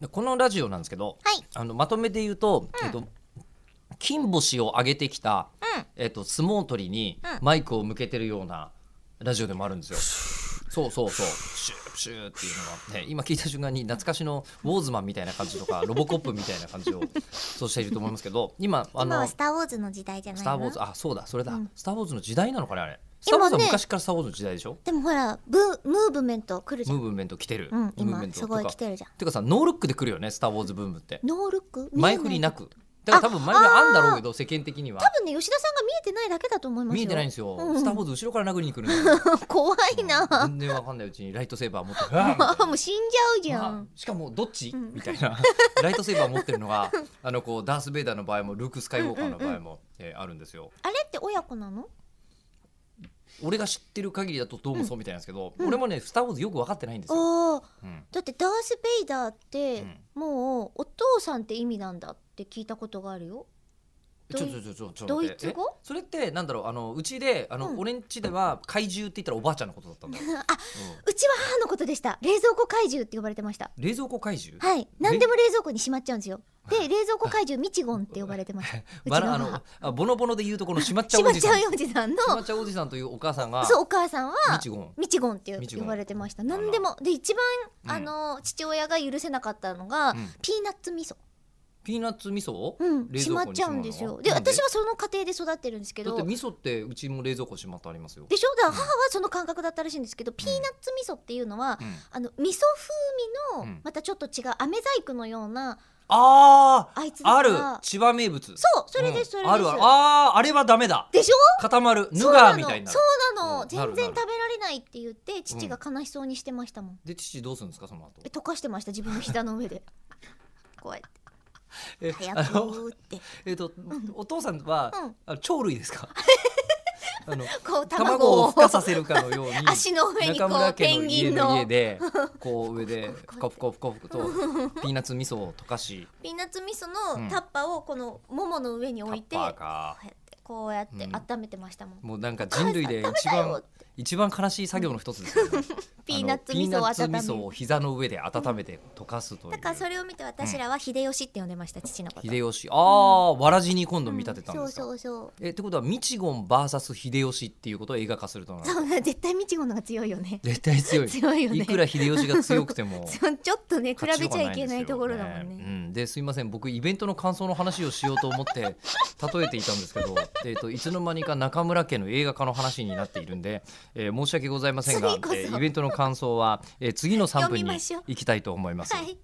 でこのラジオなんですけど、はいあのまとめて言うと、えっと金星を上げてきた、うんえっと相撲取りにうんマイクを向けてるようなラジオでもあるんですよ。そうそうそう、プシュープシューっていうのがあって、今聞いた瞬間に懐かしのウォーズマンみたいな感じと か、ロボコップみたいな感じをそうしていると思いますけど、今あ今のはスター・ウォーズの時代じゃないのスター・ウォーズ、あ、そうだ、それだ、うんスター・ウォーズの時代なのかね、あれ。スター・今ウォねーズは昔からスター・ウォーズの時代でしょでもほらブムーブメント来るじゃムーんブメント来てる。うんムーブ今メントすごいてか来てるじゃんてかさ、ノールックで来るよね、スター・ウォーズブームって。ノールック見え前振りなく。だから多分前振りあんだろうけど、世間的には多。分ね吉田さんが見えてないだけだと思いますよ見えてないんですよ。うんスター・ウォーズ後ろから殴りに来るのよ 怖いな、全然わかんないうちにライトセーバー持ってうわーみたいな もう死んじゃうじゃまあん、しかもどっち、うんみたいな ライトセーバー持ってるのがあのこうダース・ベイダーの場合もルーク・スカイウォーカーの場合も、えーあるんですよ。あれって親子なの俺が知ってる限りだとどうもそうみたいなんですけど、俺もね「スター・ウォーズ」よく分かってないんですよ。ああうんだってダース・ベイダーって、もうお父さんって意味なんだって聞いたことがあるよちょドイちょちょちょちょドイ待ってツ語えそれってなんだろうあのうちであの、うん俺んちでは怪獣って言ったらおばあちゃんのことだったんだよ、 あうちは母のことでした冷蔵庫怪獣って呼ばれてましたうん冷蔵庫怪獣、はい何でも冷蔵庫にしまっちゃうんですよで冷蔵庫怪獣ミチゴンって呼ばれてました うちのバラあの母あボノボノで言うとこのしまっちゃしうまおっじちさんゃうよおじさんのしまっちゃうおじさんというお母さんがそうお母さんはミチゴンミチゴンってミチゴン呼ばれてました何でもで一うん番あの父親が許せなかったのがうんピーナッツ味噌ピーナッツ味噌をうん冷し蔵ま庫っにちゃうんですよでしまうの私はその家庭で育ってるんですけだどって味噌ってうちも冷蔵庫しまってありますよでしょだから母はその感覚だったらしいんですけど、ピーナッツ味噌っていうのは、うんあの味噌風味うんのまたちょっと違う飴細工のようなあーあいつだあからる千葉名物そうそれです、それうでんすあるあるあーあれはダメだでしょ固まるヌそうガなーみのたいになるそうなの、うんなる全然なる食べられないって言って父が悲しそうにしてましたもん、で父どうするんですかその後え溶かしてました自分の膝の 上でこうやってえ早くあのーってえっとお父さんはうんあの鳥類です かあのこ卵う卵をを孵化させるかのように 足の上にこ中村うペ家ンのギ家ンのの家 でこう上でふかふかふかふかとピーナッツ味噌を溶かしピーナッツ味噌うんのタッパをこのももの上にタ置いッて,、パーかこうやってうん温めてましたもん、もうなんか人類で一よっ番て一番悲しい作業の一つですよね ピーナッツ味噌をあのピーナッツ味噌温めを膝の上で温めて溶かすというだからそれを見て私らは秀吉って呼んでました父のこと秀吉ああ、わらじに今度見立てたんうですか、そうそうえってことはミチゴン VS 秀吉っていうことを映画化するとなるそうそうな絶対美智子の方が強いよね絶対強い 強いよねいくら秀吉が強くて もちょちょっとね比べちゃいけないところだ勝もんちようがないですよねうん、ですいません僕イベントの感想の話をしようと思って 例えていたんですけど、えー、といつの間にか中村家の映画化の話になっているんで、えー申し訳ございませんが、え次こそーイベントの感想は、えー次の3読分みにましょう行きたいと思います。はい